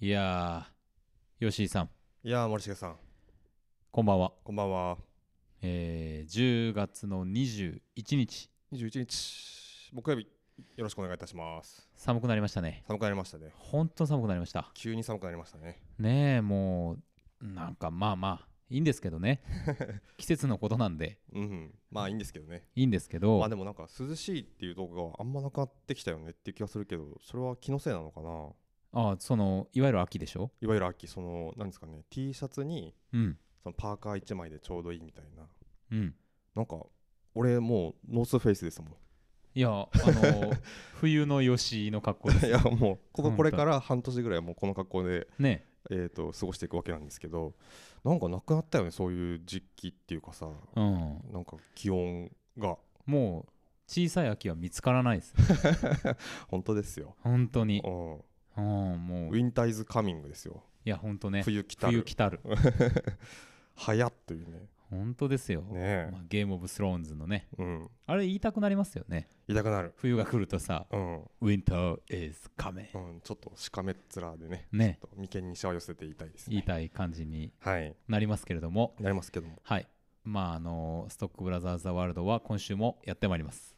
いやー、吉井さん、いやー森重さんこんばんは。こんばんはえー、10月の21日、 21日木曜日よろしくお願いいたします寒くなりましたね。寒くなりましたね本当寒くなりました。急に寒くなりましたねねえ、もう、なんかまあまあ、いいんですけど ね。季節のことなんで、うんまあいいんですけどねいいんですけど、まあでもなんか涼しいっていう動画があんまなくなってきたよねっていう気がするけどそれは気のせいなのかなああ、その、いわゆる秋でしょいわゆる秋そのなんですかね T シャツにうん、そのパーカー1枚でちょうどいいみたいなうん。なんか俺もうノースフェイスですも んいや、あ の、冬の吉井の格好ですいやもうこここれから半年ぐらいもうこの格好で、ね。えー、と過ごしていくわけなんですけどなんかなくなったよねそういう時期っていうかさうん。なんか気温がもう、小さい秋は見つからないです。本当ですよ、本当にう。ん、ウうん、もう、いィンターイズカミングですよや、本当ね。冬来た冬る来たる。早っというね本当ですよ、ねえまあ、ゲームオブスローンズのねうんあれ言いたくなりますよね痛くなる冬が来るとさうん、う「Winter is coming ん、ちょっとしかめっ面でね」ねちょっと眉間にしわ寄せて言いたいですね言いたい感じにはいなりますけれどもなりますけどもはいまああのストックブラザーズ・ザ・ワールドは今週もやってまいります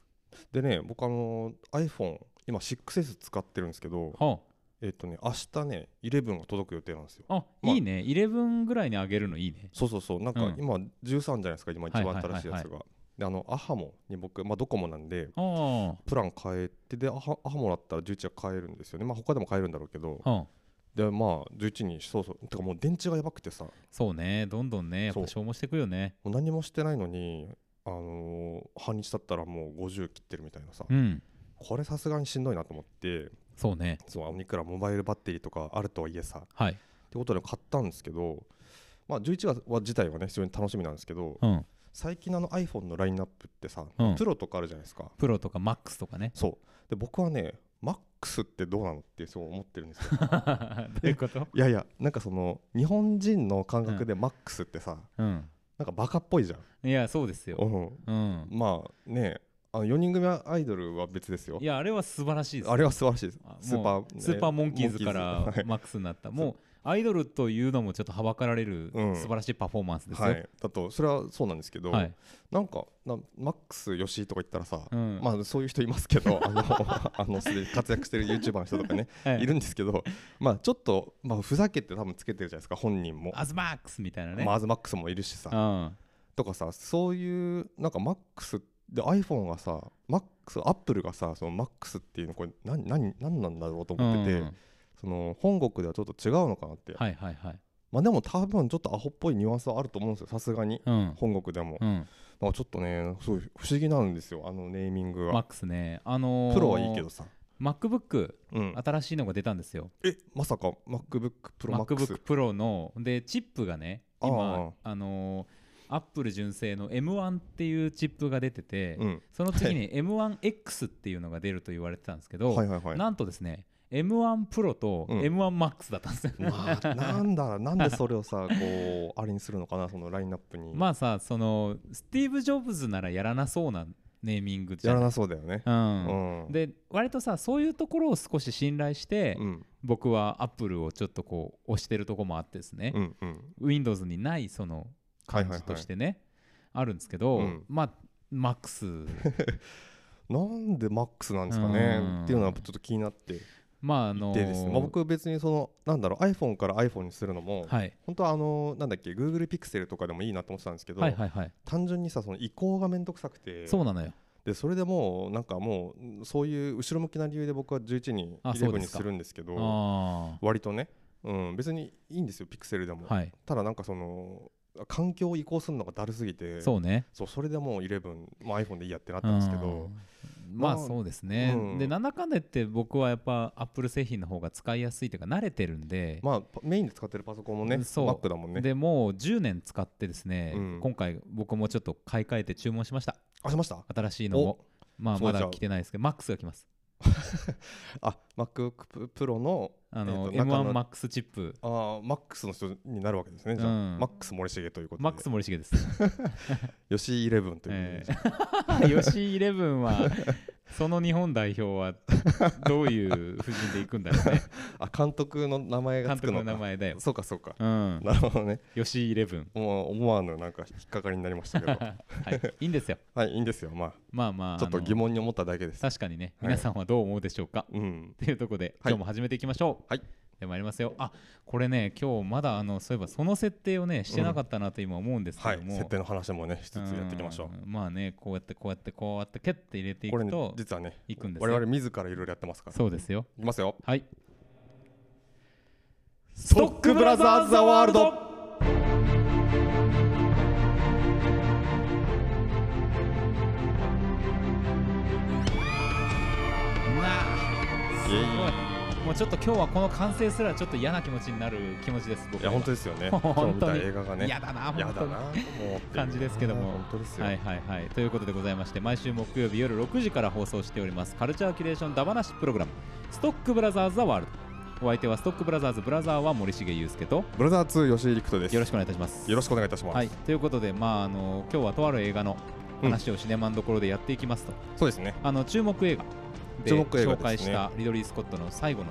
でね僕あの iPhone 今 6S 使ってるんですけどはえっ、とね明日ね11が届く予定なんですよああ、まあいいね11ぐらいに上げるのいいねそうそうそうなんうかん今13じゃないですか今一番新しいやはいはいはついがであのアハモに僕まあドコモなんでああプラン変えてでアハアハモだったら11は買えるんですよねまあ他でも買えるんだろうけどはあでまあ11にそうそうてかもう電池がやばくてさもそうねどんどんねやっぱそう消耗してくよねう何もしてないのにあのー半日経ったらもう50切ってるみたいなさうんこれさすがにしんどいなと思ってそうねそうあのいくらモバイルバッテリーとかあるとはいえさっはいてことで買ったんですけどまあ11月は自体はね非常に楽しみなんですけどうん最近のあの iPhone のラインナップってさうんプロとかあるじゃないですかプロとかマック スとかねそうで僕はね MAX ってどうなのってそう思ってるんですよどういうこといやいやなんかその日本人の感覚で MAX ってさうんなんかバカっぽいじゃんいやそうですよううん、んまあねあの4人組アイドルは別ですよいやあれは素晴らしいですよあれは素晴らしいですあもうスーパー、ねスーパーモンキーズかモンらキーズマックスになった、もうアイドルというのもちょっとはばかられるうん素晴らしいパフォーマンスですよ。は、はいい、はい、だとそれはそうなんですけど、はいなんかなマックス吉井とか言ったらさ、うんまあそういう人いますけ どあのあのすでに活躍してる YouTuber の人とかねいるんですけどまあちょっと、まあ、ふざけて多分つけてるじゃないですか本人も、アズマックスみたいなね。まあアズマックスもいるしさとかさそういうなんかマックスで iPhone がさマックスアップルがさそのマックスっていうのこれ何何何なんだろうとうん、思ってて、うんうんその本国ではちょっと違うのかなって、はいはいはい。まあでも多分ちょっとアホっぽいニュアンスはあると思うんですよさすがに、うん本国でも、うん、なんかちょっとねすごい不思議なんですよあのネーミングマッがクスね、あのープロはいいけど。さ、 MacBook、うん、新しいのが出たんですよ。えまさか MacBook Pro Max MacBook Pro の、で、チップがね、今、あのー、アップル純正の M1 っていうチップが出てて、うんその次に M1X っていうのが出ると言われてたんですけど、はいはいはいなんとですね M1 プロとうん M1MAX だったんですよ、まあ、なんだなんでそれをさこうあれにするのかなそのラインナップに、まあさそのスティーブ・ジョブズならやらなそうなネーミングじやゃらんなそうだよね、うんうんで割とさそういうところを少し信頼して、うん僕はアップルをちょっとこう押してるとこもあってですねう、んうん、 Windows にないその感じとしてね、あるんですけど、うんまあ MAX なんでマックスなんですかねうんっていうのはちょっと気になっていてまああのーですね、まあ、僕別にそのなんだろう iPhone から iPhone にするのも、はい、本当はあのなんだっけ Google Pixel とかでもいいなと思ってたんですけど、はいはいはい単純にさその移行がめんどくさくてそうなのよでそれでもうなんかもうそういう後ろ向きな理由で僕は11にあそう11でにすかするんですけどあ割とね、うん、別にいいんですよピクセルでも、あはいただなんかその環境を移行するのがだるすぎてそうねそうそれでもう11、まあ、iPhone でいいやってなったんですけど、うんまあまあそうですね、うんでなんだかんだ言って僕はやっぱアップル製品の方が使いやすいというか慣れてるんで、まあパメインで使ってるパソコンもねそう Mac だもんねでもう10年使ってですね、うん今回僕もちょっと買い替えて注文しましたあしました新しいのをまあそうまじゃあだ来てないですけど MAX が来ますあ MacBook Pro のあの、えっと中の M1MAX チップあー MAX の人になるわけですねじゃあ、う m ん a マックス森重ということで MAX 森重です吉井11ということ で、えー吉井イレブンはその日本代表はどういう布陣でいくんだろ うね あ監督の名前が監つく督ののか名前だよ、そうかそうか、うん、なるほどね吉井イレブン もう思わぬなんか引っかかりになりましたけどはいいいんですよはいいいんですよままあまああちょっとあの疑問に思っただけです確かにねはい皆さんはどう思うでしょうか、 うんっていうところではい今日も始めていきましょうはいで参りますよあこれね今日まだあのそういえばその設定をねしてなかったなと今思うんですけはいども、設定の話もねしつつやっていきましょううんまあねこうやってこうやってこうやってキャッて入れていこれくねと実はねいくんですよ我々自らいろいろやってますからそうですよいきますよはいストックブラザーズ・ザ・ワールドすごいもうちょっと今日はこの完成すらちょっと嫌な気持ちになる気持ちです僕いや本当にですよね今日 本見当たに映画がね嫌だなや本だ当になもうっていう感じですけども本当ですよはいはいはいということでございまして毎週木曜日夜6時から放送しておりますカルチャーキュレーションダバナシプログラムストックブラザーズ・ザ・ワールドお相手はストックブラザーズブラザーは森重裕介とブラザー2吉井陸斗ですよろしくお願いいたしますよろしくお願いいたしますはいということでまああの今日はとある映画の話をシネマンどころでやっていきますと、そうですねあの注目映画で注目映画紹です介しねたリドリー・スコットの最後の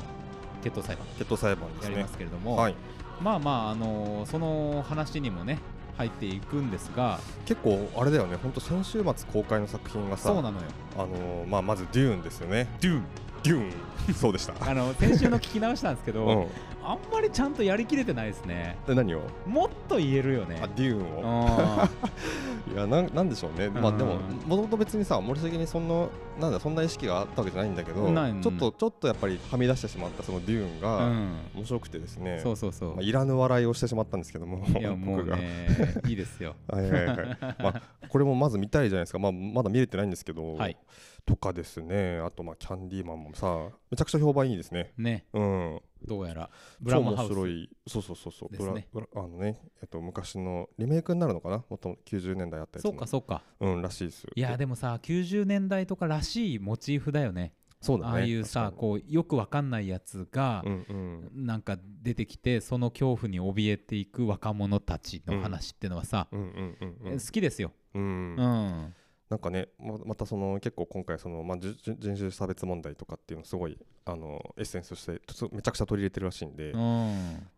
決闘裁判決闘裁判でやすりねますけれども、はいまあまああのその話にもね入っていくんですが結構あれだよね本当先週末公開の作品がさそうなのよあのーまあまずデューンですよねドゥーンデューンそ うでしたあの先週の聞き直したんですけど、うんあんまりちゃんとやりきれてないですねで何をもっと言えるよねあデューうンをいやなんなんでしょうねまあうんでももともと別にさ森重にそんななんだそんな意識があったわけじゃないんだけどないちょっとちょっとやっぱりはみ出してしまったそのデューンん、うがん、面白くてですねそうそうそう、まあいらぬ笑いをしてしまったんですけどもいやもう僕がねいいです よはいはいはい、 まあ、これもまず見たいじゃないですか、まあ、まだ見れてないんですけど、はいとかですねあとまあキャンディーマンもさめちゃくちゃ評判いいですねねうんどうやらブラ超マ面ハウス白いそうそうそうそうですねブラブラあのね、えっと、昔のリメイクになるのかなもっと90年代あったやつそのうかそうかうんらしいですいやでもさ90年代とからしいモチーフだよねそうだねああいうさ確かこうよくわかんないやつがに、うんなんか出てきてその恐怖に怯えていく若者たちの話ってのはさ、うんうんうんう好んうんきですよ、ううんんうんなんかねままたその結構今回その、まあ、じゅじゅ人種差別問題とかっていうのすごいあのエッセンスとしてちょっとめちゃくちゃ取り入れてるらしいんで、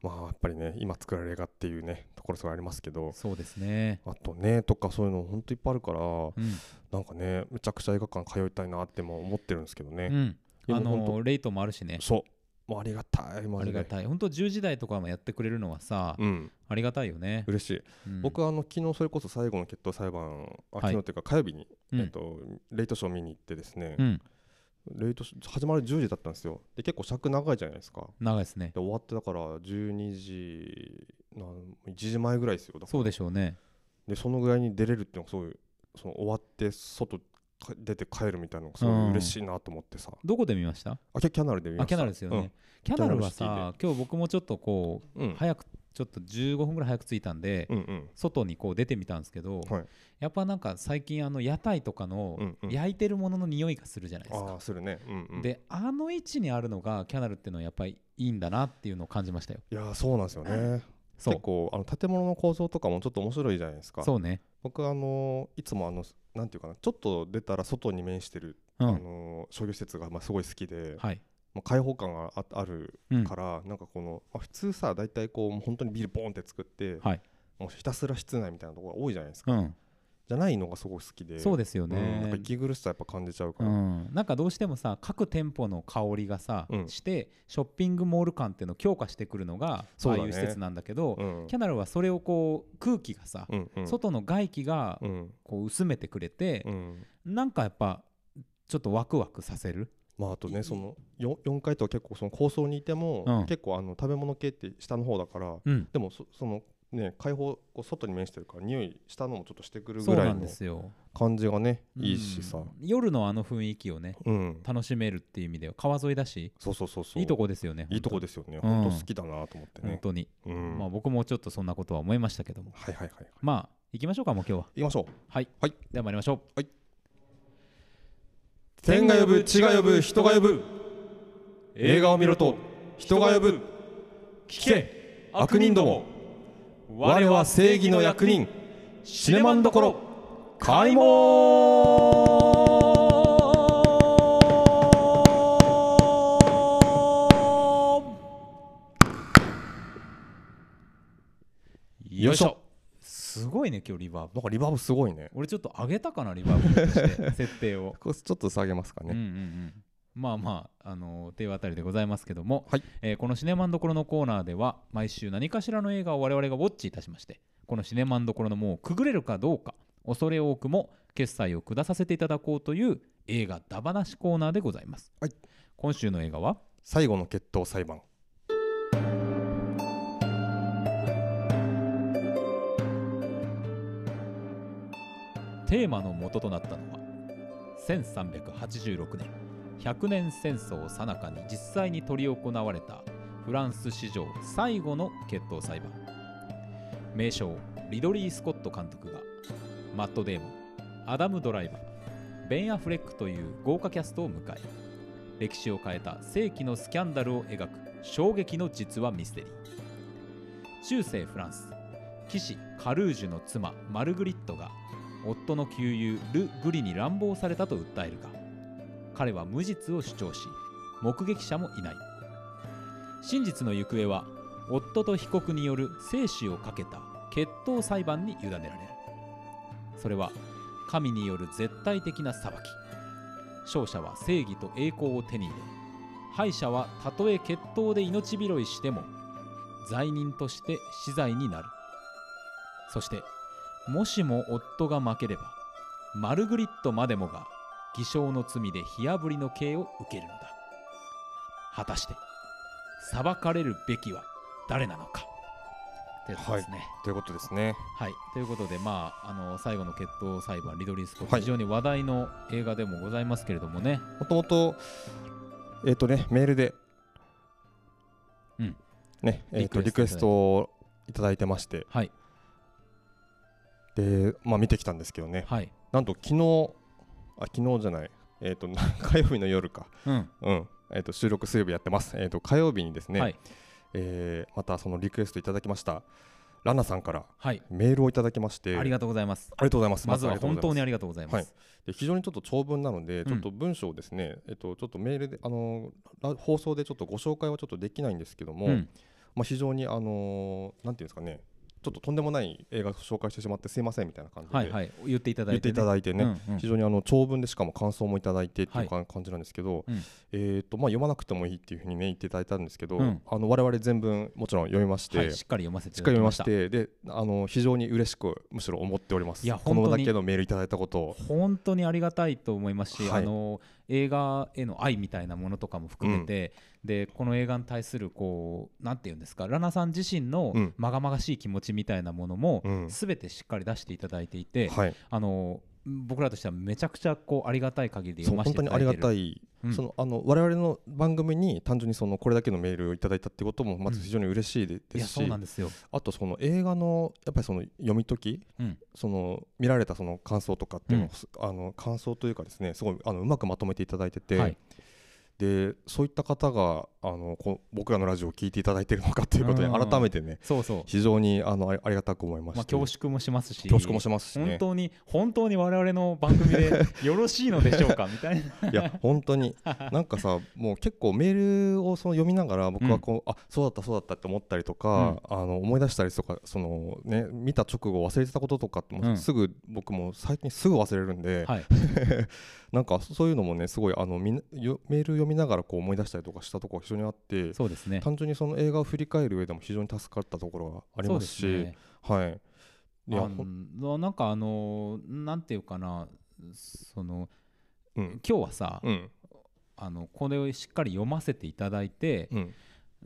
まあやっぱりね今作られる映画っていうねところすごいありますけどそうですね、あとねとかそういうのほんといっぱいあるからうんなんかねめちゃくちゃ映画館通いたいなっても思ってるんですけどね、うんでもあほんのとレイトもあるしねそうもうありがたいあマジりでがたい本当10時台とかもやってくれるのはさ、うんありがたいよね、嬉しい、うん僕はあの昨日それこそ最後の決闘裁判あはい昨日というか火曜日に、うんえっと、レイトショー見に行ってですねう、んレイトショー始まる10時だったんですよで結構尺長いじゃないですか長いですねで終わってだから12時なん1時前ぐらいですよだからそうでしょうねでそのぐらいに出れるっていうのがすごいその終わって外か出て帰るみたいなのがすごい嬉しいなと思ってさ、どこで見ましたあキャキャナルで見まあしキたャナルですよね、キャナルはキャナさ今日僕もちょっとこう、うん、うん早くちょっと15分ぐらい早く着いたんで、うんうん外にこう出てみたんですけど、はいやっぱなんか最近あの屋台とかのうんうん焼いてるものの匂いがするじゃないですか、ああするねうんうんであの位置にあるのがキャナルっていうのはやっぱりいいんだなっていうのを感じましたよいやーそうなんですよねそ結う構あの建物の構造とかもちょっと面白いじゃないですかそうね僕あのーいつもあのなんていうかなちょっと出たら外に面してる、うあんのー商業施設がまあすごい好きで、はいまあ、開放感がああるうんから、なんかこの、まあ、普通さ大体こうもう本当にビルボーンって作って、はいもうひたすら室内みたいなところが多いじゃないですかうんじゃないのがすごく好きでそうですようんなんかね息苦しさやっぱ感じちゃうかうら、んなんかどうしてもさ各店舗の香りがさうんしてショッピングモール感っていうのを強化してくるのがあそうあだねいう施設なんだけどうんキャナルはそれをこう空気がさうんうん外の外気がうんこう薄めてくれてうんなんかやっぱちょっとワクワクさせるまああとねその 4, 四階とは結構その高層にいても、うん結構あの食べ物系って下の方だからうんでもそそのね開放こう外に面してるから匂いしたのもちょっとしてくるそぐうらないんのですよ感じがねうんいいしさ夜のあの雰囲気をねうん、楽しめるっていう意味では川沿いだしそうそうそうそういいいとこですよねいいとこでですよね当本当好きだなと思って本ね、当にうんまあ僕もちょっとそんなことは思いましたけどもはいはいはいまあ行きましょうかもう今日は行きましょうはい、はいでは参りましょう天が呼ぶ地が呼ぶ人が呼ぶ映画を見ろと人が呼ぶ聞け悪人ども我は正義の役人シネマンどころ開門よいしょすごいね今日リバーブなんかリバーブすごいね俺ちょっと上げたかなリバーブとして 設定を、これちょっと下げますかうんうんうね、んまあまあ、あのー、というあたりでございますけども、はいえーこのシネマンどころのコーナーでは毎週何かしらの映画を我々がウォッチいたしましてこのシネマンどころのもうくぐれるかどうか恐れ多くも決済を下させていただこうという映画だばなしコーナーでございます、はい今週の映画は最後の決闘裁判テーマの元となったのは1386年100年戦争さなかに実際に執り行われたフランス史上最後の決闘裁判名将リドリー・スコット監督がマット・デーモンアダム・ドライバーベン・アフレックという豪華キャストを迎え歴史を変えた世紀のスキャンダルを描く衝撃の実話ミステリー中世フランス騎士カルージュの妻マルグリットが夫の旧友ル・グリに乱暴されたと訴えるが彼は無実を主張し目撃者もいない真実の行方は夫と被告による生死をかけた決闘裁判に委ねられるそれは神による絶対的な裁き勝者は正義と栄光を手に入れ敗者はたとえ決闘で命拾いしても罪人として死罪になるそしてもしも夫が負ければマルグリットまでもが偽証の罪で火あぶりの刑を受けるのだ果たして裁かれるべきは誰なのかということですね、ということですねはい、ということで、まあ、あの最後の決闘裁判、リドリー・スコット、はい非常に話題の映画でもございますけれどもね、もともとえっ、とねメールで、うんねえーとリリククエエスストトをいただいてましてはい、でまあ見てきたんですけどねはい、なんと昨日あ昨日じゃないえっ、と 火曜日の夜かうん、うんえー、と収録水曜日やってます、えー、と火曜日にですね、はいえーまたそのリクエストいただきましたラナさんからはい、メールをいただきましてありがとうございます。ありがとうございますまずは本当にありがとうございりがとうございます。ますで非常にちょっと長文なので、んちょっと文章をですね、えっと、ちょっとメールで、あのーら放送でちょっとご紹介はちょっとできないんですけども、うん、まあ、非常に、あのーなんていうんですかね、ちょっととんでもない映画を紹介してしまって、すいませんみたいな感じで、はい、はい、言っていただ言っいて、ていただいてね、うんうん非常にあの長文でしかも感想もいただいてっていうか感じなんですけど、うんえーとまあ、読まなくてもいいっていうふうにね言っていただいたんですけど、うんあの我々全文もちろん読みまして、はい、ししっかり読ませてっいたかだきり読みままし。したてであの非常に嬉しくむしろ思っておりますいやこの本当だにけのメールいただいたことを本当にありがたいと思いますし、はいあの映画への愛みたいなものとかも含めて、でこの映画に対するこうなんていうんですかラナさん自身のうんまがまがしい気持ちみたいなものも、うんすべてしっかり出していただいていて、はい、あの僕らとしてはめちゃくちゃこうありがたい限りそ読うませ本てい当にただあいてりいるがたい、うんそのあの我々の番組に単純にそのこれだけのメールをいただいたってこともまず非常に嬉しいでいでやすし、そうなんですよ、あとその映画のやっぱりその読み解き、うんその見られたその感想とかっていうのうんをす、あの感想というかですねすごいあのうまくまとめていただいてて、はいでそういった方があのこう僕らのラジオを聞いていただいてるのかっていうこうんとうんうにん改めてねそうそう、非常にあのありありがたく思いましまあ、て、恐縮もしますし恐縮もしますし本ね当に本当に我々の番組 でよろしいのでしょうかみたいないや本当になんかさもう結構メールをその読みながら僕はこう、あそうだったそうだったって思ったりとか、あの思い出したりとかその、ね、見た直後忘れてたこととかってもうんすぐ、僕も最近すぐ忘れるんで、はい、 なんかそういうのもねすごいあのみんなよメール読みながらこう思い出したりとかしたところが非常にあってそうですね単純に その映画を振り返る上でも非常に助かったところがありますしそうですねはい。いやあほんのなんかあのなんていうかなそのうん今日はさ、うんあのこれをしっかり読ませていただいて、うん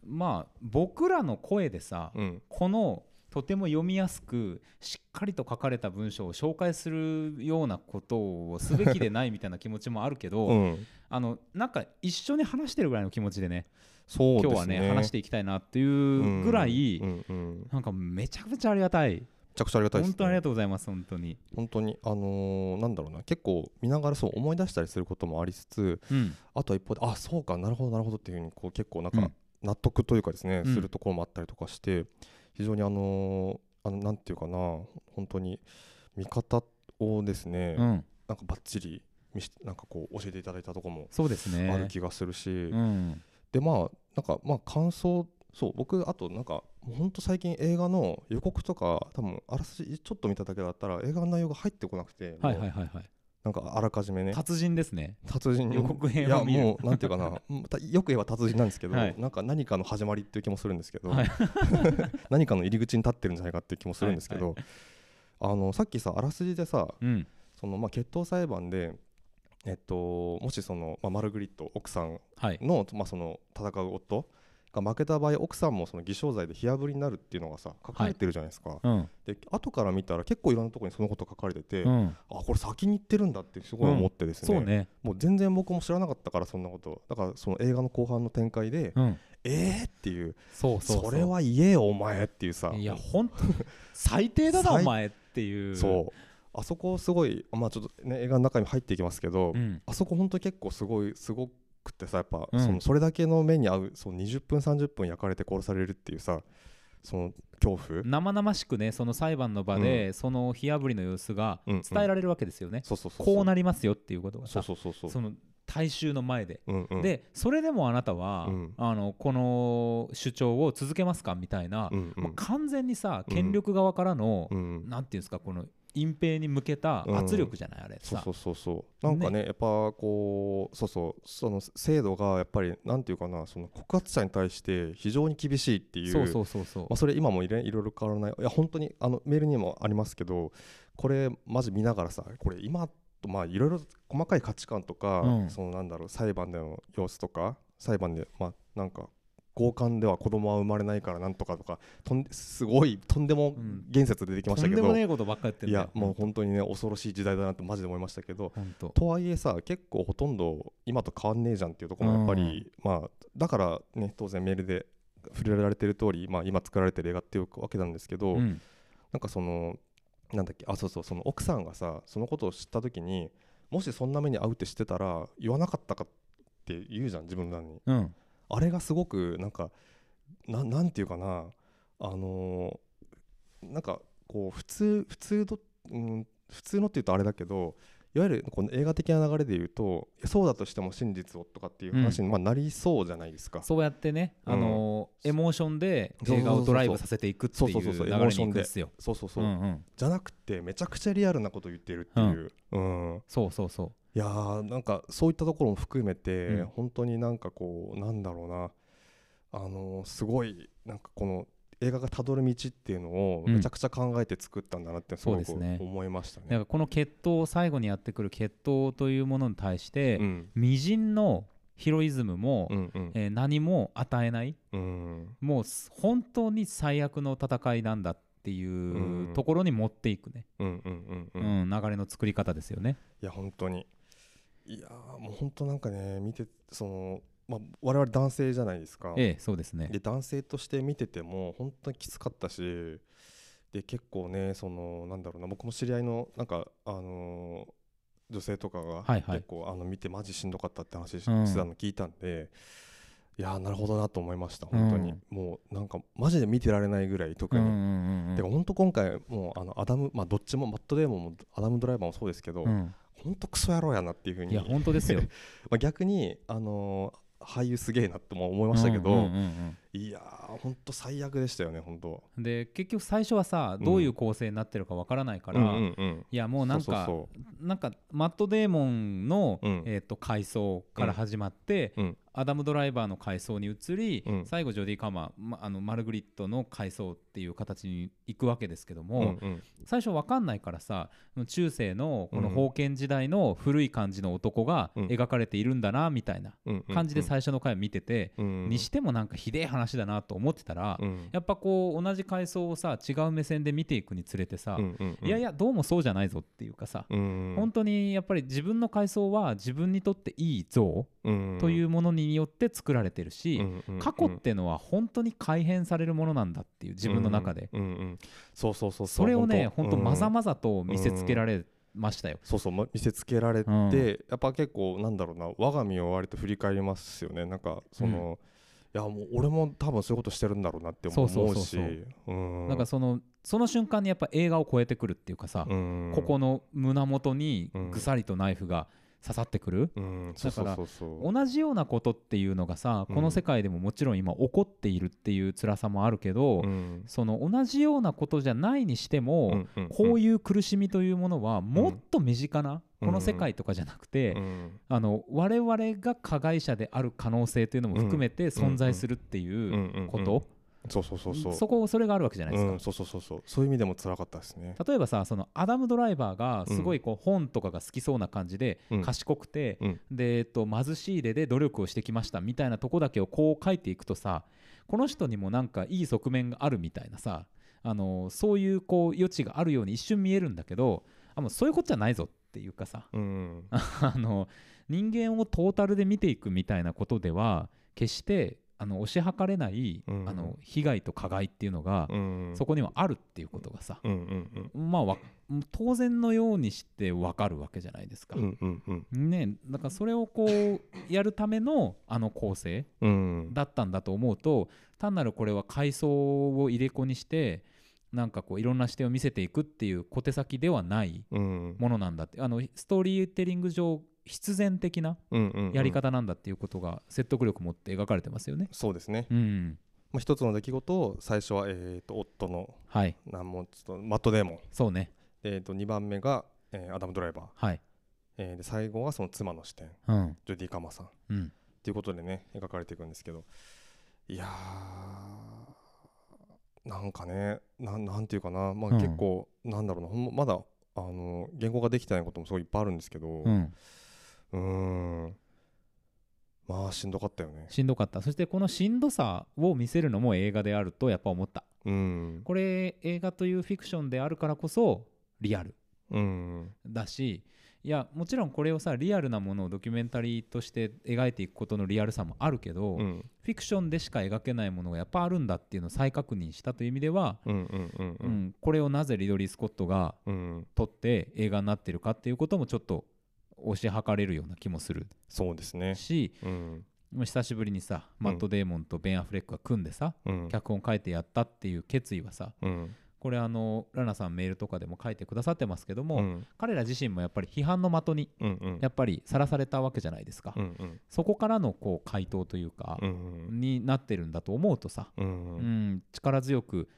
まあ僕らの声でさ、うんこのとても読みやすくしっかりと書かれた文章を紹介するようなことをすべきでないみたいな気持ちもあるけど、うんあのなんか一緒に話してるぐらいの気持ちでねそうですね今日はね話していきたいなっていうぐらい、うんうんうんめなんかめちゃくちゃありがたいちゃくちゃありがたいです、本ね、当にありがとうございます本当に、本当にあのーなんだろうな結構見ながらそう思い出したりすることもありつつうん、あとは一方であそうかなるほどなるほどっていうふうにこう結構なんか、うん納得というかですね、うんするところもあったりとかして非常にあのーあのなんていうかな本当に見方をですね、うん、なんかバッチリ見しなんかこう教えていただいたところもそうですねある気がするし、うんでまあなんかまあ感想そう僕あとなんかもうほんと最近映画の予告とか多分あらすじちょっと見ただけだったら映画の内容が入ってこなくて、はいもはういはいはいなんかあらかじめね達人ですね達人 予告編いやを見るもうなんていうかなうんたよく言えば達人なんですけど、はいなんか何かの始まりっていう気もするんですけど、はい 何かの入り口に立ってるんじゃないかっていう気もするんですけど、あのさっきさあらすじでさうんそのまあ決闘裁判で、えっと、もしその、まあ、マルグリット奥さんはいの,、まあその戦う夫が負けた場合奥さんもその偽証罪で火あぶりになるっていうのがさ書かれてるじゃないですか、うんで後から見たら結構いろんなところにそのこと書かれてて、うあんこれ先に行ってるんだってすごい思ってですね,、そうねもう全然僕も知らなかったからそんなことだからその映画の後半の展開で、うんえーっていうそうそそううれは言えよお前っていうさいや本当に最低だなお最前っていうそうあそこすごいまあちょっとね映画の中に入っていきますけど、うんあそこ本当結構すごいすごくってさやっぱ、うんそのそれだけの目に遭うその20分30分焼かれて殺されるっていうさその恐怖、生々しくねその裁判の場で、その火あぶりの様子がうんう伝んえられるわけですよね、そうそうそうこうなりりますよっていうことがそさうそうそうそうその大衆の前で、うんうん、でそれでもあなたは、うんあのこの主張を続けますかみたいな、うんうんもう完全にさうん権力側からの、うん、なんていうんですかこの隠蔽に向けた圧力じゃない、あれそうさそうそうそうなんかねやっぱこうそうそうその制度がやっぱりなんていうかなその告発者に対して非常に厳しいっていうそうそうそうそうまあ、それ今もいれいろいろ変わらないいや本当にあのメールにもありますけどこれマジ見ながらさこれ今とまあいろいろ細かい価値観とか、うんそのなんだろう裁判での様子とか裁判でまあなんか強姦では子供は生まれないからなんとかとかとんですごいとんでもうん言説出てきましとたんけでど、もねえことばっかり言ってんいだやよもう本当にね恐ろしい時代だなってマジで思いましたけど本当とはいえさ結構ほとんど今と変わんねえじゃんっていうところもやっぱり、まあだからね当然メールで触れられてる通り、まあ、今作られてる映画っていうわけなんですけど、うんなんかそのなんだっけあそうそうその奥さんがさそのことを知った時にもしそんな目に遭うって知ってたら言わなかったかって言うじゃん自分らにうんあれがすごくなんかななんていうかなあのーなんかこう普通普通の、うん、普通のっていうとあれだけどいわゆるこの映画的な流れで言うといやそうだとしても真実をとかっていう話に、まあ、なりそうじゃないですか。そうやってね、あのーエモーションでそうそうそうそう映画をドライブさせていくっていうそうそうそ流うそうエれモーにショ行くンんでですよ。そうそうそうう、んうん、じゃなくてめちゃくちゃリアルなことを言ってるっていう、うんそうそうそう。いやーなんかそういったところも含めて、うん本当になんかこうなんだろうなあのーすごいなんかこの映画がたどる道っていうのをうんめちゃくちゃ考えて作ったんだなってすそうごでくすね思いましただかね。らこの決闘を最後にやってくる決闘というものに対して、うん微塵のヒロイズムも、うんうんえー何も与えないうんもうす本当に最悪の戦いなんだっていううんところに持っていくね、うんうんううんうんいん流れの作り方ですよね。や本当にいやーもう本当なんかね見てその、まあ、我々男性じゃないですか。ええそうですね。で男性として見てても本当にきつかったしで結構ねそのなんだろうな僕も知り合いのなんかあのー女性とかはいがはい結構、あの見てマジしんどかったって話し,、うんてたの聞いたんでいやーなるほどなと思いました本当に、うんもうなんかマジで見てられないぐらい特うんに、うんうんうんてか本当今回もうあのアダムまあどっちもマット・デーモンもアダム・ドライバーもそうですけど、うん本当クソ野郎やなっていうふういにや本当 ですよ。まあ、逆にあのー俳優すげえなとも思いましたけど、うんうんうんいやー、本当最悪でしたよね、本当。うんで結局最初はさどういう構成になってるかわからないから、うんうんいやもうなんかそうそなんかマット・デーモンの、うんえー、と回想から始まって、うんアダム・ドライバーの回想に移り、うん最後ジョディ・カマー、ま、あのマルグリットの回想っていう形に行くわけですけどうも、うんうん最初分かんないからさ中世のこのうん封建時代の古い感じの男がうん描かれているんだなみたいなうんうん感じで最初の回を見てて、うんにしてもなんかひでえ話だなと思ってたら、うんやっぱこう同じ回想をさ違う目線で見ていくにつれてさ、うんうんうんいやいやどうもそうじゃないぞっていうかさ、うん本当にやっぱり自分の階層は自分にとっていい像うんといううものによって作られてるし、んうん過去ってのは本当に改変されるものなんだっていう自分の中で、うんうんうんそうそうそううそれをね本当まざうんまざと見せつけられましたよ。そうそうま見せつけられて、うんやっぱ結構なんだろうな我が身を割と振り返りますよねなんかその、いやもう俺も多分そういうことしてるんだろうなってそ思うそううそうしそううんなんかそのその瞬間にやっぱ映画を超えてくるっていうかさ、うんここの胸元にうんぐさりとナイフが刺さってくるうん、そうそうそうそう同じようなことっていうのがさうんこの世界でももちろん今起こっているっていう辛さもあるけど、うんその同じようなことじゃないにしても、うんうんこういう苦しみというものはもっと身近な、うんこの世界とかじゃなくて、うんあの我々が加害者である可能性というのも含めて存在するってうんいううんうんこと、そうそうそうそうそこそれがあるわけじゃないですか。うん、そうそうそうそうそういう意味でも辛かったですね。例えばさそのアダム・ドライバーがすごいこう本とかが好きそうな感じでうん賢くて、うんでえっと、貧しいでで努力をしてきましたみたいなとこだけをこう書いていくとさこの人にもなんかいい側面があるみたいなさあのそういうこう余地があるように一瞬見えるんだけどあもうそういうことじゃないぞっていうかさ うん、あの人間をトータルで見ていくみたいなことでは決してあの推し量れない、うんあの被害と加害っていうのが、うん、そこにはあるっていうことがさ、うんうんまあわ当然のようにしてわかるわけじゃないですか。うんうんうんうんねだからそれをこうやるため のあの構成うんだったんだと思うと単なるこれは階層を入れ子にしてなんかこういろんな視点を見せていくっていう小手先ではないうんものなんだってあのストーリーテリング上必然的なうんうんやり方なんだっていうことが説得力持って描かれてますよね。そうですね、うん、まあ、一つの出来事を最初は、えー、と夫のはいなんもちょっとマットデーモン、そうねえー、と2番目が、えーアダム・ドライバー、はいえーで最後はその妻の視点うんジョディ・カマさんうんということでね描かれていくんですけどいやーなんかねなんなんていうかな、まあ、うん結構、なんだろうなほんままだあの言語ができてないこともすごいいっぱいあるんですけど、うんうーんまあしんどかったよねしんどかったそしてこのしんどさを見せるのも映画であるとやっぱ思ったうんこれ映画というフィクションであるからこそリアルうんだしいやもちろんこれをさリアルなものをドキュメンタリーとして描いていくことのリアルさもあるけど、うんうフんィクションでしか描けないものがやっぱあるんだっていうのを再確認したという意味では、うんうんううんんこれをなぜリドリー・スコットがうん撮って映画になってるかっていうこともちょっと推し量れるような気もするそうですねしうんもう久しぶりにさんマット・デーモンとベン・アフレックが組んでさ、うん脚本書いてやったっていう決意はさうんこれあのラナさんメールとかでも書いてくださってますけども、うん彼ら自身もやっぱり批判の的にうんうんやっぱりさらされたわけじゃないですか、うんうんそこからのこう回答というかう、んになってるんだと思うとさ、ううんん力強く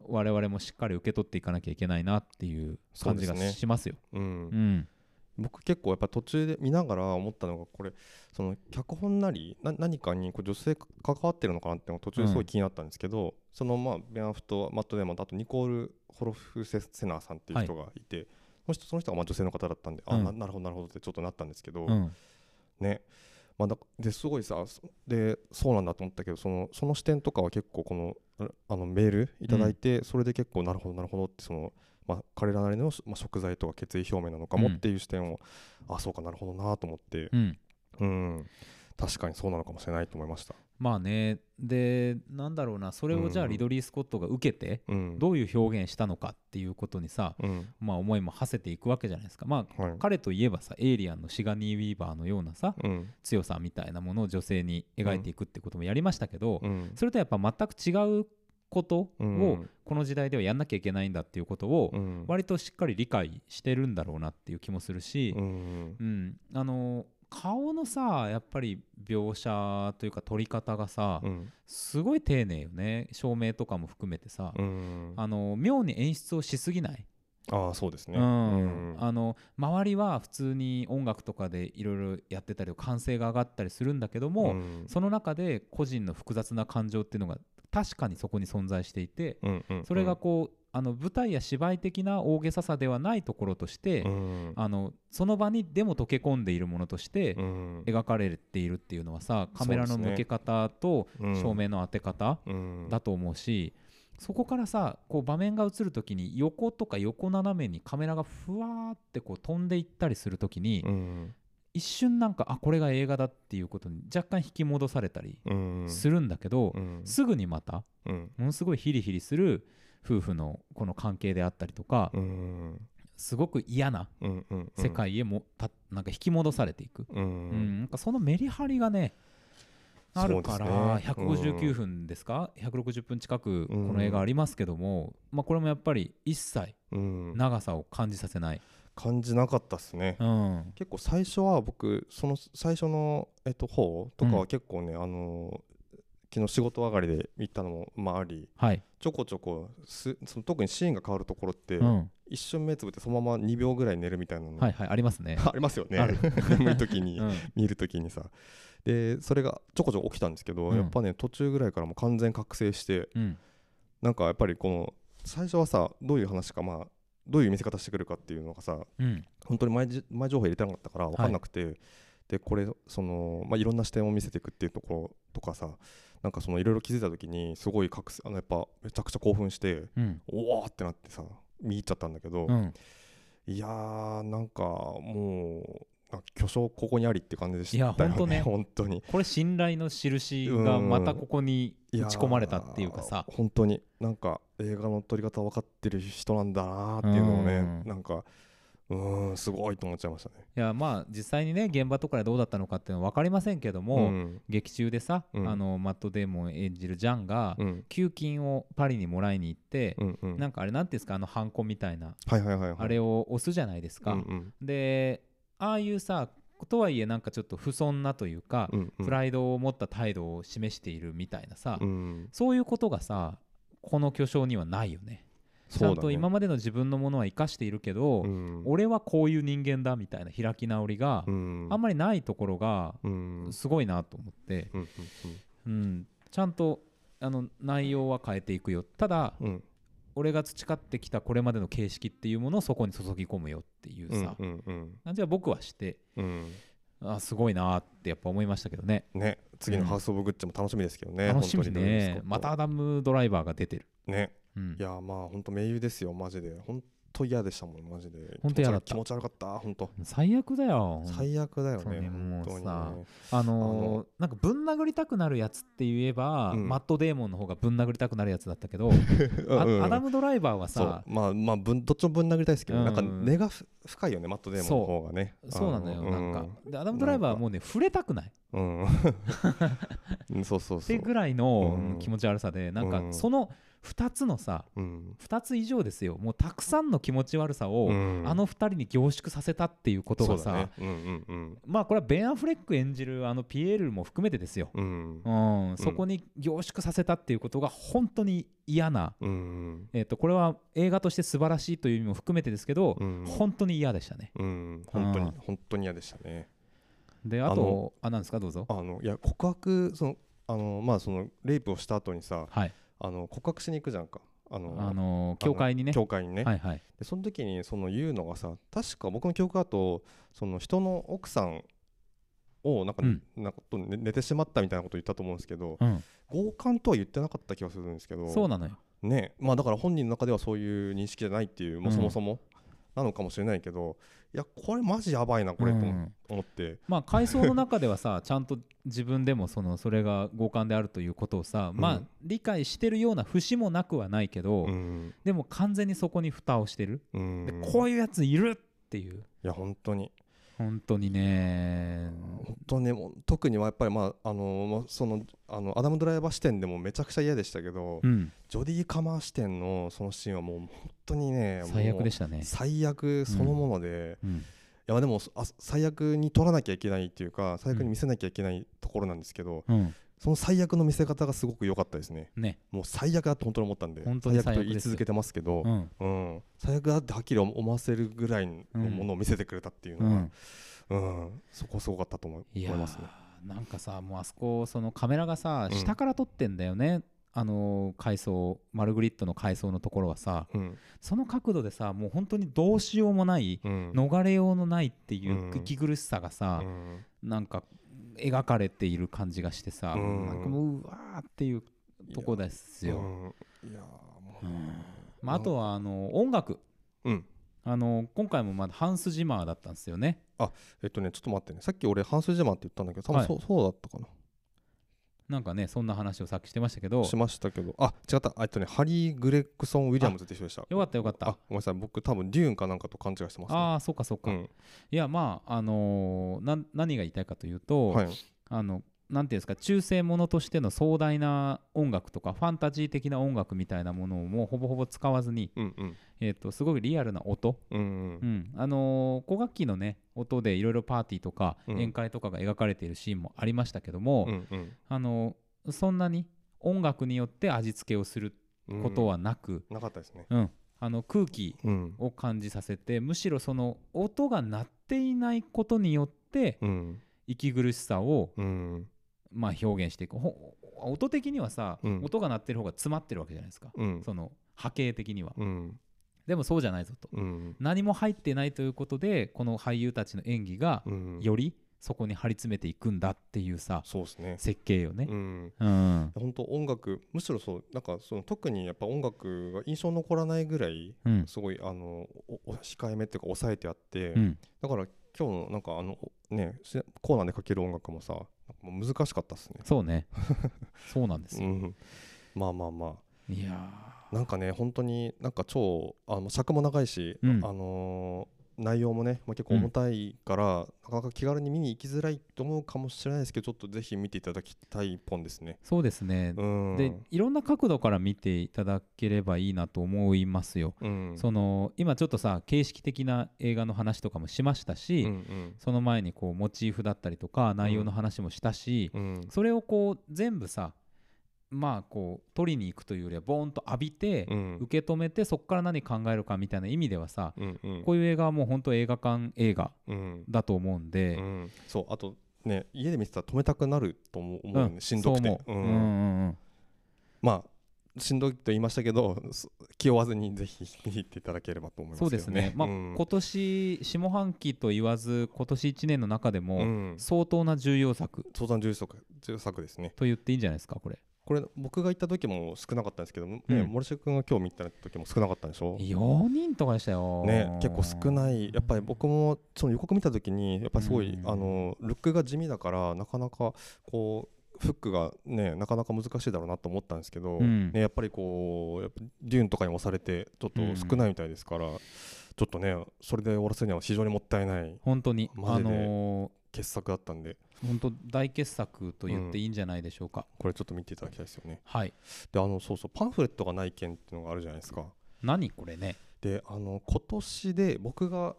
我々もしっかり受け取っていかなきゃいけないなっていう感じがそうですねしますよ。うんうん僕結構やっぱ途中で見ながら思ったのがこれその脚本なりな何かにこう女性が関わってるのかなってのが途中ですごい気になったんですけど、そのまあベン・アフとマット・デーモンとあとニコール・ホロフセ・セナーさんっていう人がいて、その人その人がまあ女性の方だったんで、うんあななるほどなるほどってちょっとなったんですけど、うんねまあ、だですごいさそでそうなんだと思ったけどそのその視点とかは結構このああのメールいただいて、それで結構なるほどなるほどってその、まあ、彼らなりの、まあ、食材とか決意表明なのかもうんっていう視点を、あそうかなるほどなと思ってうんうん、確かにそうなのかもしれないと思いました。まあねでなんだろうなそれをじゃあうんリドリー・スコットが受けてうん、どういう表現したのかっていうことにさ、うんまあ、思いも馳せていくわけじゃないですか。まあはい彼といえばさエイリアンのシガニー・ウィーバーのようなさうん強さみたいなものを女性に描いていくってこともやりましたけど、うんそれとやっぱ全く違うことをうんこの時代ではやんなきゃいけないんだっていうことをうん割としっかり理解してるんだろうなっていう気もするしう、んうんあの顔のさやっぱり描写というか撮り方がさうんすごい丁寧よね照明とかも含めてさ、うんあの妙に演出をしすぎないああそうですね。うんうんあの周りは普通に音楽とかでいろいろやってたり歓声が上がったりするんだけども、うんその中で個人の複雑な感情っていうのが確かにそこに存在していてうんうんそれがこうあの舞台や芝居的な大げささではないところとして、うんあのその場にでも溶け込んでいるものとしてうん描かれているっていうのはさカメラの向け方とうん照明の当て方、うんだと思うし、そこからさこう場面が映る時に横とか横斜めにカメラがふわーってこう飛んでいったりする時に、うん一瞬なんかあこれが映画だっていうことに若干引き戻されたりうんするんだけど、うんすぐにまたうんものすごいヒリヒリする夫婦のこの関係であったりとか、うんすごく嫌なうんうん世界へもたなんか引き戻されていく、ううんんなんかそのメリハリがねあるから、そうですね159分ですか、160分近くこの映画ありますけども、まあ、これもやっぱり一切うんうん長さを感じさせない、感じなかったっすね、うん結構最初は僕その最初の、えっと、方とかうんは結構ね、あの昨日仕事上がりで行ったのも、まあ、ありはい、ちょこちょこすその特にシーンが変わるところって、うん、一瞬目つぶってそのまま2秒ぐらい寝るみたいなの、はいはいありますね ありますよねある眠い時に、うん見る時にさでそれがちょこちょこ起きたんですけど、うんやっぱね途中ぐらいからもう完全覚醒してうんなんかやっぱりこの最初はさどういう話かまあどういう見せ方してくるかっていうのがさうん本当に前じ前情報入れてなかったから分かんなくて、でこれその、まあ、いろんな視点を見せていくっていうところとかさなんかそのいろいろ気づいた時にすごい覚醒あのやっぱめちゃくちゃ興奮してうんおおってなってさ見入っちゃったんだけど、うんいやーなんかもうなんか巨匠ここにありって感じでしたよいやほんとね 本当にこれ信頼の印がまたここにいや打ーち込まれたっていうかさ本当になんか映画の撮り方分かってる人なんだなーっていうのをねうんなんかうーんすごいと思っちゃいましたねいやまあ実際にね現場とかでどうだったのかっていうのは分かりませんけども、ん劇中でさ、うんあのマット・デーモン演じるジャンが、うん給金をパリにもらいに行って、うんうんなんかあれなんていうんですかあのハンコみたいな、はいはいはいはいあれを押すじゃないですか、うんうんでああいうさとはいえなんかちょっと不遜なというか、うんうんプライドを持った態度を示しているみたいなさ、うんそういうことがさこの巨匠にはないよねちゃんと今までの自分のものは生かしているけど、うん俺はこういう人間だみたいな開き直りが、うんあんまりないところがうんすごいなと思って、うんうん、ちゃんとあの内容は変えていくよただうんうん俺が培ってきたこれまでの形式っていうものをそこに注ぎ込むよっていううんさ、うんうん感じは僕はしてうんあすごいなってやっぱ思いましたけどねね次のハウス・オブ・グッチも楽しみですけどね楽しみ本当にねまたアダム・ドライバーが出てる、ねうんい、やまあ本当盟友ですよマジで本当嫌でしたもんマジでほんと嫌だった気持ち悪かった本当最悪だよ最悪だよそうねねもう本当にさねあのーあのなんかぶん殴りたくなるやつって言えば、うんマット・デーモンの方がぶん殴りたくなるやつだったけど、うんあうんアダム・ドライバーはそうさまあまあぶんどっちもぶん殴りたいですけど、うんなんか根がふ深いよねマットデーモンの方がねそうなのよ、あなんかでアダム・ドライバーはもうね触れたくないうん、う んそうそうっそてうぐらいのうんうん気持ち悪さで、なんうかんその2つのさうん2つ以上ですよもうたくさんの気持ち悪さを、うんあの2人に凝縮させたっていうことがそさ、うだねうんうんまあこれはベン・アフレック演じるあのピエールも含めてですよ、うんう、んそこに凝縮させたっていうことが本当に嫌な、うんうんえっとこれは映画として素晴らしいという意味も含めてですけど、うん本当に嫌でしたねうん、本当うんに本当に嫌でしたねでああとのあなんですかどうぞあのいや告白そのあのまあそのレイプをした後にさはいあの告白しに行くじゃんかあのあのー教会にね教会にね、はいはいでその時にその言うのがさ確か僕の記憶だとその人の奥さんをなんか、うんなんかと寝寝てしまったみたいなこと言ったと思うんですけどうん強姦とは言ってなかった気がするんですけどそうなのよねまあだから本人の中ではそういう認識じゃないっていうもううんそもそもなのかもしれないけど、いやこれマジやばいなこれとう思ん思って、まあ回想の中ではさ ちゃんと自分でもそのそれが強姦であるということをさ、まあうん理解してるような節もなくはないけど、うんでも完全にそこに蓋をしてる、うん、でいこういうやついるっていうや本当に本当にね本当にもう特にはやっぱりまああのまあそのあのアダム・ドライバー視点でもめちゃくちゃ嫌でしたけど、うんジョディ・カマー視点のそのシーンはもう本当にね最悪でししたね、最悪そのもので、いうんやでもあ最悪に取らなきゃいけないっていうか最悪に見せなきゃいけないところなんですけど、うん、その最悪の見せ方がすごく良かったですねね、もう最悪だと本当に思ったんで本当に最悪と言い続けてますけど、ううんん最悪だってはっきり思わせるぐらいのものを見せてくれたっていううのが、ん、うんそこすごかったと思いいや思いーますね。なんかさもうあそこそのカメラがさうん下から撮ってんだよね、あのー階層マルグリットの階層のところはさうんその角度でさもう本当にどうしようもない、うん逃れようのないっていううん息苦しさがさう、んなんか描かれている感じがしてさ、うんなんかもううわーっていうとこですよ。うんいやーもうう、んまあ、あとはあの音楽うん、あの今回もまだハンス・ジマーだったんですよね。えっとね、ちょっと待ってね。さっき俺、半数ジャマンって言ったんだけど、多分そう,、そうだったかな。なんかねそんな話をさっきしてましたけどしましたけど、あ、違った。あえっとね、ハリー・グレッグソン・ウィリアムズって人でした。よかったよかった。あ、ごめんなさい。僕、多分デューンかなんかと勘違いしてます、ね。ああそっかそっか、うん。いやまああのーなん何が言いたいかというと、はい。あのなんていうんですか中世ものとしての壮大な音楽とかファンタジー的な音楽みたいなものをもうほぼほぼ使わずに、うんうんえー、とすごいリアルな音、うんううんんあのー、古楽器のね音でいろいろパーティーとかうん宴会とかが描かれているシーンもありましたけども、うんうんあのーそんなに音楽によって味付けをするうんことはなく、なかったですね。うんあの空気うんを感じさせてむしろその音が鳴っていないことによってうん息苦しさをうんまあ表現していくほ音的にはさ、うん音が鳴ってる方が詰まってるわけじゃないですか、うんその波形的には、うんでもそうじゃないぞと、うん何も入ってないということでこの俳優たちの演技がうんよりそこに張り詰めていくんだっていうさ、そうですね。設計よねうんうん本当音楽むしろそうなんかその特にやっぱ音楽が印象残らないぐらいうんすごいあのおお控えめっていうか抑えてあって、うんだから今日のなんかあのおねしコーナーでかける音楽もさなんか難しかったっすね。そうね そうなんですうよ、ん、まあまあまいやあなんかね本当になんか超あの尺も長いし、うんあのー内容もね、まあ、結構重たいから、なかなか気軽に見に行きづらいと思うかもしれないですけどちょっとぜひ見ていただきたい一本ですね。ーそうですね、うん、でいろんな角度から見ていただければいいなと思いますよ、うん、その今ちょっとさ形式的な映画の話とかもしましたし、うんその前にこうモチーフだったりとか内容の話もしたし、うんうんそれをこう全部さまあこう取りに行くというよりはボーンと浴びて、うん受け止めてそこから何考えるかみたいな意味ではさ、うんうんこういう映画はもう本当映画館映画うんだと思うんで、うんそうあとね家で見てたら止めたくなると思う思うよね、うんしんどくてそう思ううんうんうんまあしんどいと言いましたけどそ気負わずにぜひ見に行っていただければと思いますそうけでどすね、まあうん今年下半期と言わず今年1年の中でうもん、相当な重要作相談重作重作ですねと言っていいんじゃないですかこれこれ僕が行った時も少なかったんですけど、ねうん森下君が今日見た時も少なかったんでしょ4人とかでしたよね、結構少ないやっぱり僕もその予告見た時にやっぱりすごい、うんあのルックが地味だからなかなかこうフックがねなかなか難しいだろうなと思ったんですけど、うんね、やっぱりこうやっぱデューンとかに押されてちょっと少ないみたいですから、ちょっとねそれで終わらせるには非常にもったいない本当にマあジでの傑作だったんでー本当大傑作と言っていいんじゃないでしょうか、これちょっと見ていただきたいですよね。はいであのそうそうパンフレットがない件っていうのがあるじゃないですか。何これねであの今年で僕が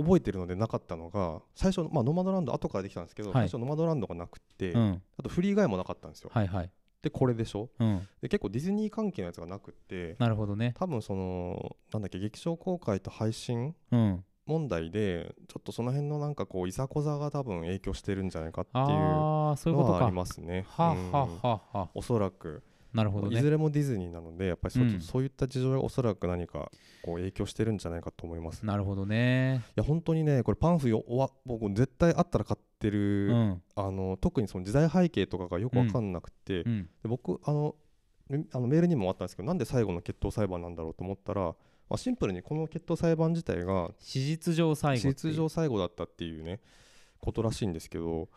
覚えてるのでなかったのが最初の、まあ、ノマドランド後からできたんですけど、はい最初ノマドランドがなくて、うんあとフリーガイもなかったんですよ、はいはいでこれでしょうんで結構ディズニー関係のやつがなくてなるほどね多分そのなんだっけ劇場公開と配信うん問題でちょっとその辺のなんかこういざこざが多分影響してるんじゃないかっていうのああそういうことはかありはますね。あうんはあはあはあおそらく、なるほどいずねれもディズニーなのでやっぱりそう,、うんそういった事情がおそらく何かこう影響してるんじゃないかと思います。なるほどねいや本当にねこれパンフよおわ僕絶対あったら買ってうる、んあの特にその時代背景とかがよく分かんなくて、うでん僕あのんあのメールにもあったんですけどなんで最後の決闘裁判なんだろうと思ったら、まあ、シンプルにこの決闘裁判自体が史実上最後事ってい実う上最後だったっていうねことらしいんですけど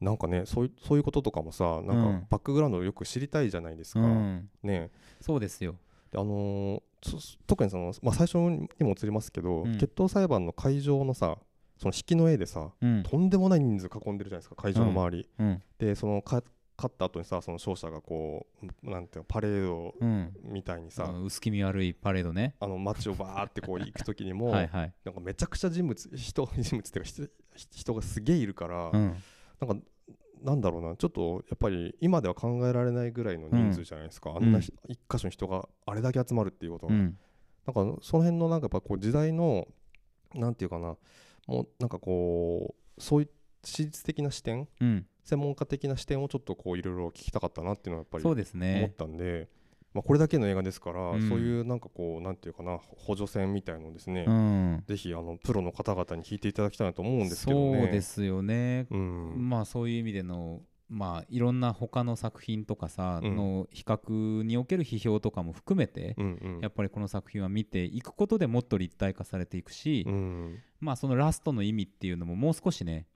なんかねそういそういうこととかもさなうんんかバックグラウンドをよく知りたいじゃないですか、うんねそうですよであのーそ特にその、まあ、最初にも映りますけど、うん決闘裁判の会場のさその引きの絵でさ、うんとんでもない人数囲んでるじゃないですか会場の周り、うんでそのか勝った後にさその勝者がこうなんていうのパレードうんみたいにさ、あの薄気味悪いパレードねあの街をバーってこう行く時にもはいはいなんかめちゃくちゃ人 物人人物っていうか人人がすげえいるから、うんなんかなんだろうなちょっとやっぱり今では考えられないぐらいの人数じゃないですか、あんなひ一箇所に人があれだけ集まるっていうことうが、んなんかその辺のなんかやっぱこう時代のなんていうかなもうなんかこうそういう史実的な視点うん専門家的な視点をちょっとこういろいろ聞きたかったなっていうのはやっぱりそう思ですっねたんで、まあ、これだけの映画ですから、んそういうなんかこうなんていうかな補助線みたいのをですね、うんぜひあのプロの方々に聞いていただきたいなと思うんですけどね。そうですよね、うんまあそういう意味でのまあいろんな他の作品とかさ、うんの比較における批評とかも含めて、うんうんやっぱりこの作品は見ていくことでもっと立体化されていくし、うんまあそのラストの意味っていうのももう少しね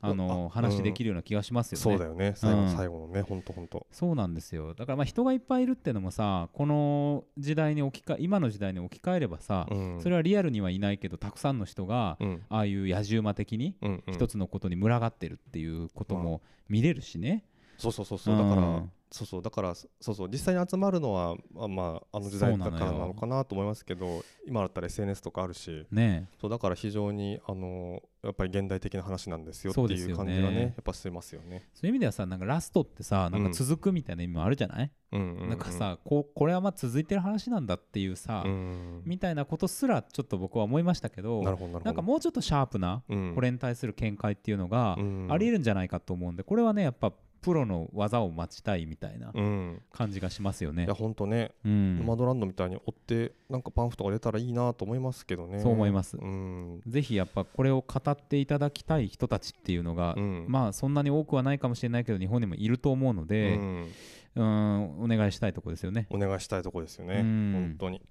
あのあう話んできるような気がしますよね。そうだよね最後うんの最後のね本当本当そうなんですよだからまあ人がいっぱいいるっていうのもさこの時代に置き換え今の時代に置き換えればさ、それはリアルにはいないけどたくさんの人が、うんああいう野獣馬的にうんうん一つのことに群がってるっていうことも見れるしね、そうそうそうそうだから、うんそうそうだからそそうそう実際に集まるのはあまああの時代だからなのかなと思いますけど今だったら SNS とかあるしねそうだから非常にあのやっぱり現代的な話なんですよってそうですよいねう感じがねやっぱしてますよね。そういう意味ではさなんかラストってさなんか続くみたいな意味もあるじゃない、うんううなんか、さこうこれはまあ続いてる話なんだっていうさ、うん、みたいなことすらちょっと僕は思いましたけどなるほどなるほど。なんかもうちょっとシャープなうんこれに対する見解っていうのがうんありえるんじゃないかと思うんでこれはねやっぱプロの技を待ちたいみたいなうん、感じがしますよねいや。本当ね、うんマドランドみたいに追ってなんかパンフとか出たらいいなと思いますけどねそう思いますうん、ぜひやっぱこれを語っていただきたい人たちっていうのが、うんまあそんなに多くはないかもしれないけど日本にもいると思うのうで、ん、うん、お願いしたいとこですよね。お願いしたいとこですよね、うん本当に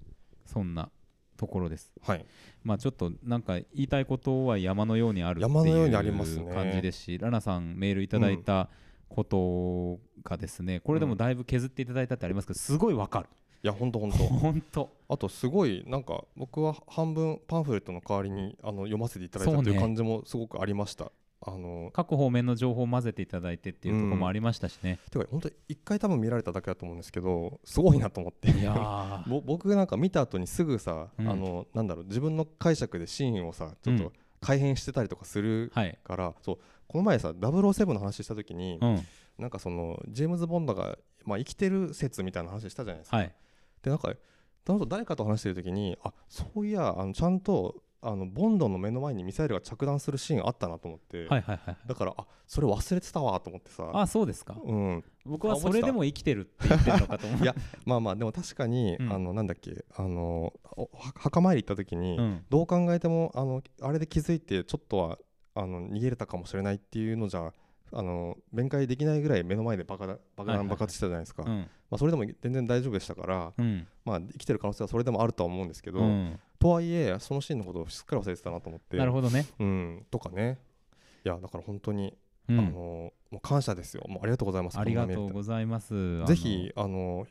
そんなところです。はいまあちょっとなんか言いたいことは山のようにあるって山のよういにありますうね感じですし、ラナさんメールいただいたことがですね、これでもだいぶ削っていただいたってありますけどすごいわかる。いや本当本当本当。あとすごいなんか僕は半分パンフレットの代わりにあの読ませていただいそたうとねいう感じもすごくありました、あの各方面の情報を混ぜていただいてっていうところもありましたしね。てか本当に一回多分見られただけだと思うんですけどすごいなと思っていやー ぼ僕なんか見た後にすぐさ、うんあのなんだろう自分の解釈でシーンをさちょっうとん改変してたりとかするはい。から、そうこの前さ007の話した時に、うん。なんかそのジェームズ・ボンドが、まあ、生きてる説みたいな話したじゃないですか。はい。でなんかその後誰かと話してる時にあそういやあのちゃんとあのボンドの目の前にミサイルが着弾するシーンあったなと思っはて、いはいはいはい。だからあそれ忘れてたわと思ってさ。あ、そうですか。うん、僕はそれでも生きてるって言ってるのかと思う。 いやまあまあでも確かに、うんあのなんだっけあのおは墓参り行った時に、うん。どう考えてもあのあれで気づいてちょっとはあの逃げれたかもしれないっていうのじゃあの弁解できないぐらい目の前で爆弾爆はいはいは弾い爆発したじゃないですか、うん。まあ、それでも全然大丈夫でしたから、うん。まあ、生きてる可能性はそれでもあるとは思うんですけど、うんとはいえそのシーンのことをすっかり忘れてたなと思ってなるほどね。うん、とかねいやだから本当に、うあのん。もう感謝ですよもうありがとうございますありがとうこんなメールございます。ぜひあの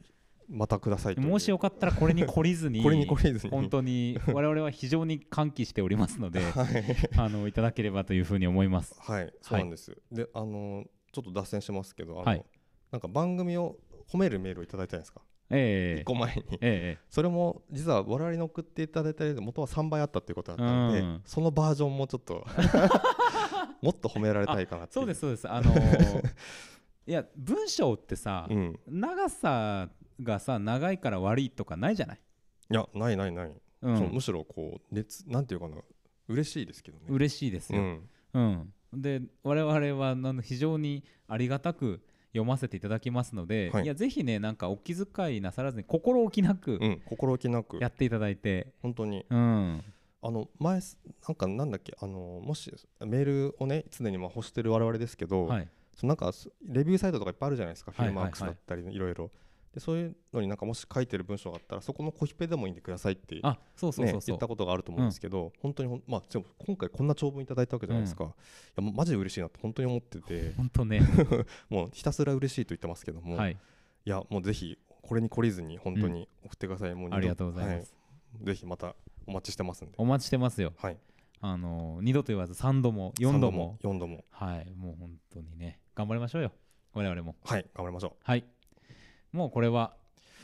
またくださいあとの。いうもしよかったらこれに懲りず に。これにこれずに本当に我々は非常に歓喜しておりますの であのいただければというふうに思います。はい、そうなんです。で、あのーちょっと脱線しますけど、あの、はいなんか番組を褒めるメールをいただいたじゃないですか。一ええ個前に。えそれも実は我々に送っていただいたやつ元は3倍あったっていうことだったので、うんそのバージョンもちょ っともっと褒められたいかなえっていそうですそうです あのーいや文章ってさ、うん、長さがさ長いから悪いとかないじゃない、いやないないない、うそのん、むしろこう熱なんていうかな嬉しいですけどね嬉しいですうよ、ん、うんで我々はあの非常にありがたく読ませていただきますので、、はいいやぜひねなんかお気遣いなさらずに心置きなくうん、心置きなくやっていただいて、本当にうんあの前すなんかなんだっけあのもしメールをね常にまあ欲してる我々ですけど、はい、そうなんかすレビューサイトとかいっぱいあるじゃないですか、はいはいフィルマークスだったりね、いろいろでそういうのになんかもし書いてる文章があったらそこのコヒペでもいいんでくださいってあそうそうそうね、そ言うった、ことがあると思うんですけど、本当にほんまあでも今回こんな長文いただいたわけじゃないですか、いやもうマジで嬉しいなと本当に思ってて本当ね、もうひたすら嬉しいと言ってますけど も、、はいい、やもうぜひこれに懲りずに本当に送ってください、もう二度ありがとうございます、はいぜひまたお待ちしてますんでお待ちしてますよはいあの二度と言わず三度も四度も4度もはいもう本当にね頑張りましょうよ我々もはい頑張りましょうはいもうこれは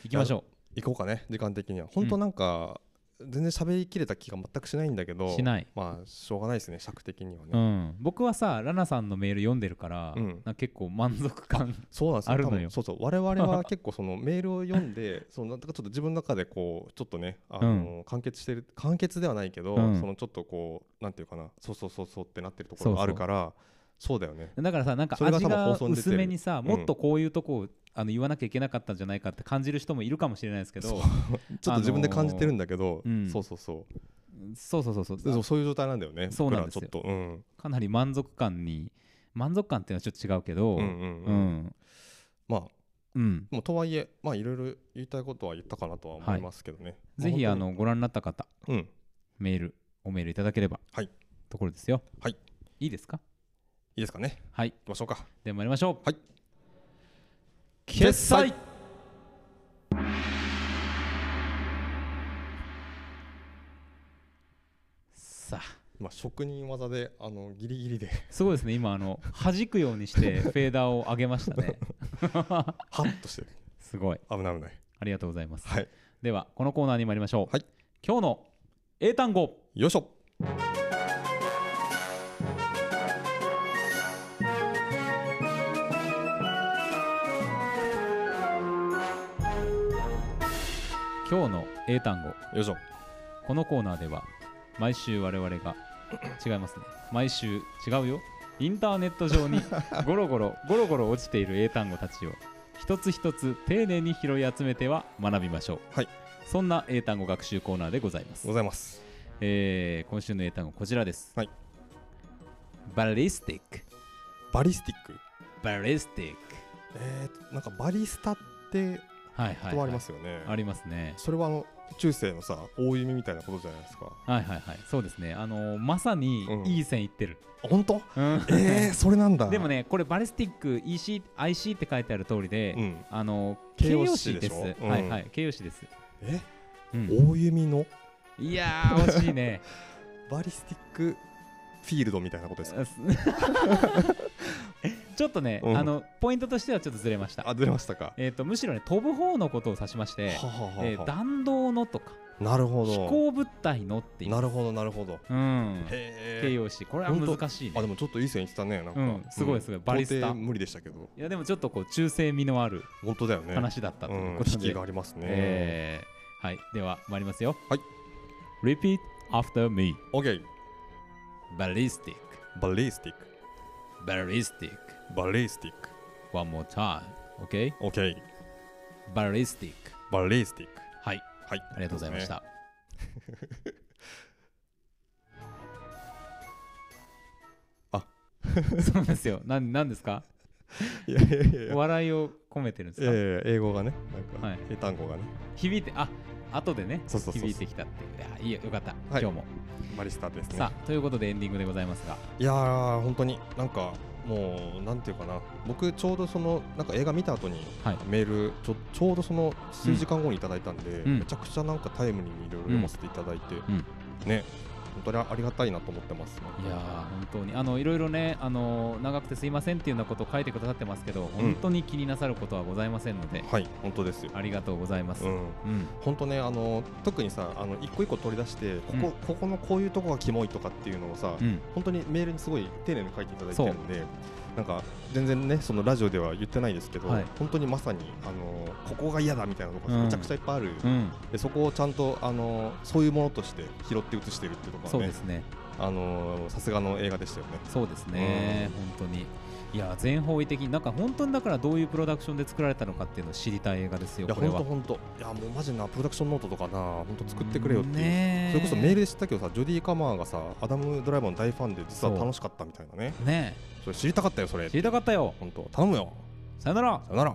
行きましょ行こうかね時間的には本当なんか、全然喋りきれた気が全くしないんだけどしないまあしょうがないですね尺的にはう、うね、ん、僕はさラナさんのメール読んでるから、うんなんか結構満足感 そうなんですよあるの多分よそうそう我々 は結構そのメールを読んでそのなんかちょっと自分の中でこうちょっとねあの、完結してる完結ではないけど、うんそのちょっとこうなんていうかなそうそうそうそうってなってるところがあるからそうだよねだからさなんかそれが味多分が放送に出て薄るめにさうんもっとこういうとこをあの言わなきゃいけなかったんじゃないかって感じる人もいるかもしれないですけどそ ちょっと自分で感じてるんだけど、あのーうんそうそうそうそうそうそうそうそうそういう状態なんだよねそうなんです僕よらちょっと、うん、かなり満足感に満足感っていうのはちょっと違うけどうんううんうん、んまあうんもうとはいえ、まあ、いろいろ言いたいことは言ったかなとは思いますけどね。まぜひあ本当にのご覧になった方うん、メールおメールいただければはいところですよはいいいですかいいですかね。はい行きましょうか。では参りましょうはい決済さあまあ、職人技であのギリギリです ごいですね今あの弾くようにしてフェーダーを上げましたねハッとしてるすごい危ない危ないありがとうございます、はいではこのコーナーに参りましょう、はい今日の英単語よいしょ今日の英単語よいしょこのコーナーでは毎週我々 が違いますね毎週違うよインターネット上 にゴロゴロゴロゴロ落ちている英単語たちを一つ一つ丁寧に拾い集めては学びましょう、はいそんな英単語学習コーナーでございますご、ざいますえー今週の英単語こちらです、はいバリスティックバリスティックバリスティックえー、なんかバリスタってはいはい、言葉はあい、りますよね、ありますねそれはあの中世のさ大夢みたいなことじゃないですかはいはいはいそうですねあのーまさにうんいい線いってる、あ本当うんえー、それなんだでもね、これバリスティック EC、IC って書いてある通りで、うんあの形形容容詞詞ででしす。ょうんはいはい、形容詞です。えうん、大弓のいやー、惜しい ね。バリスティックフィールドみたいなことですかあすちょっとね、うんあのポイントとしてはちょっとずれました。あずれましたか、えっ、とむしろね、飛ぶ方のことを指しまして、ははははえー弾道のとかなるほ飛ど行物体のっていう。なるほどなるほどうん。へ形え容詞、これは難しいあね。でもちょっといい線いってたねなんか、うんすごいすごいバリスタ到底無理でしたけどいやでもちょっとこう中性味のある本当だよね話だったといううんこと引でき、がありますね、えーはい、では参りますよ。はい。 Repeat after me. OK Ballistic, バリスティック ballistic. バリスティック One more time. Okay? OK Ballistic. バリスティックはい、はいありがとうございまし、ねた。 あそうですよ。なんなんですかいやいやいやいや笑いを込めてるんですか、ええ英語がね、なんか、はい英単語がね、響いて、あ後でね、そうそうそうそ響ういてきたっていう。いや、いいよ、よかった、はい今日も。バリスタですね。さあ、ということでエンディングでございますが。いやー、本当になんか、もう、なんていうかな、僕、ちょうどその、なんか映画見た後に、はいメールちょ、ちょうどその数時間後にいただいたんで、んめちゃくちゃなんかタイムリーにいろいろ読ませていただいて、んね、本当にありがたいなと思ってます。いやー本当にあのいろいろねあの長くてすいませんっていうようなことを書いてくださってますけど、本当に気になさることはございませんのではい、本当ですよ。ありがとうございます、ううんん本当ねあの特にさあの一個一個取り出してここ,、うんここのこういうとこがキモいとかっていうのをさ、うん本当にメールにすごい丁寧に書いていただいてるんで、なんか全然ね、そのラジオでは言ってないですけど、はい本当にまさに、あのーここが嫌だみたいなのがうんめちゃくちゃいっぱいある、うんでそこをちゃんと、あのーそういうものとして拾って写してるっていうとこそうろではね、すねあのーさすがの映画でしたよね。そうですね、本当にいやー全方位的になんか本当にだからどういうプロダクションで作られたのかっていうのを知りたい映画ですよいやこれ本は当本当いやもうマジなプロダクションノートとかな本当作ってくれよっていう、ねそれこそメールで知ったけどさジョディ・カマーがさアダム・ドライバーの大ファンで実は楽しかったみたいなねねそれ知りたかったよそれえ知りたかったよ本当頼むよさよならさよなら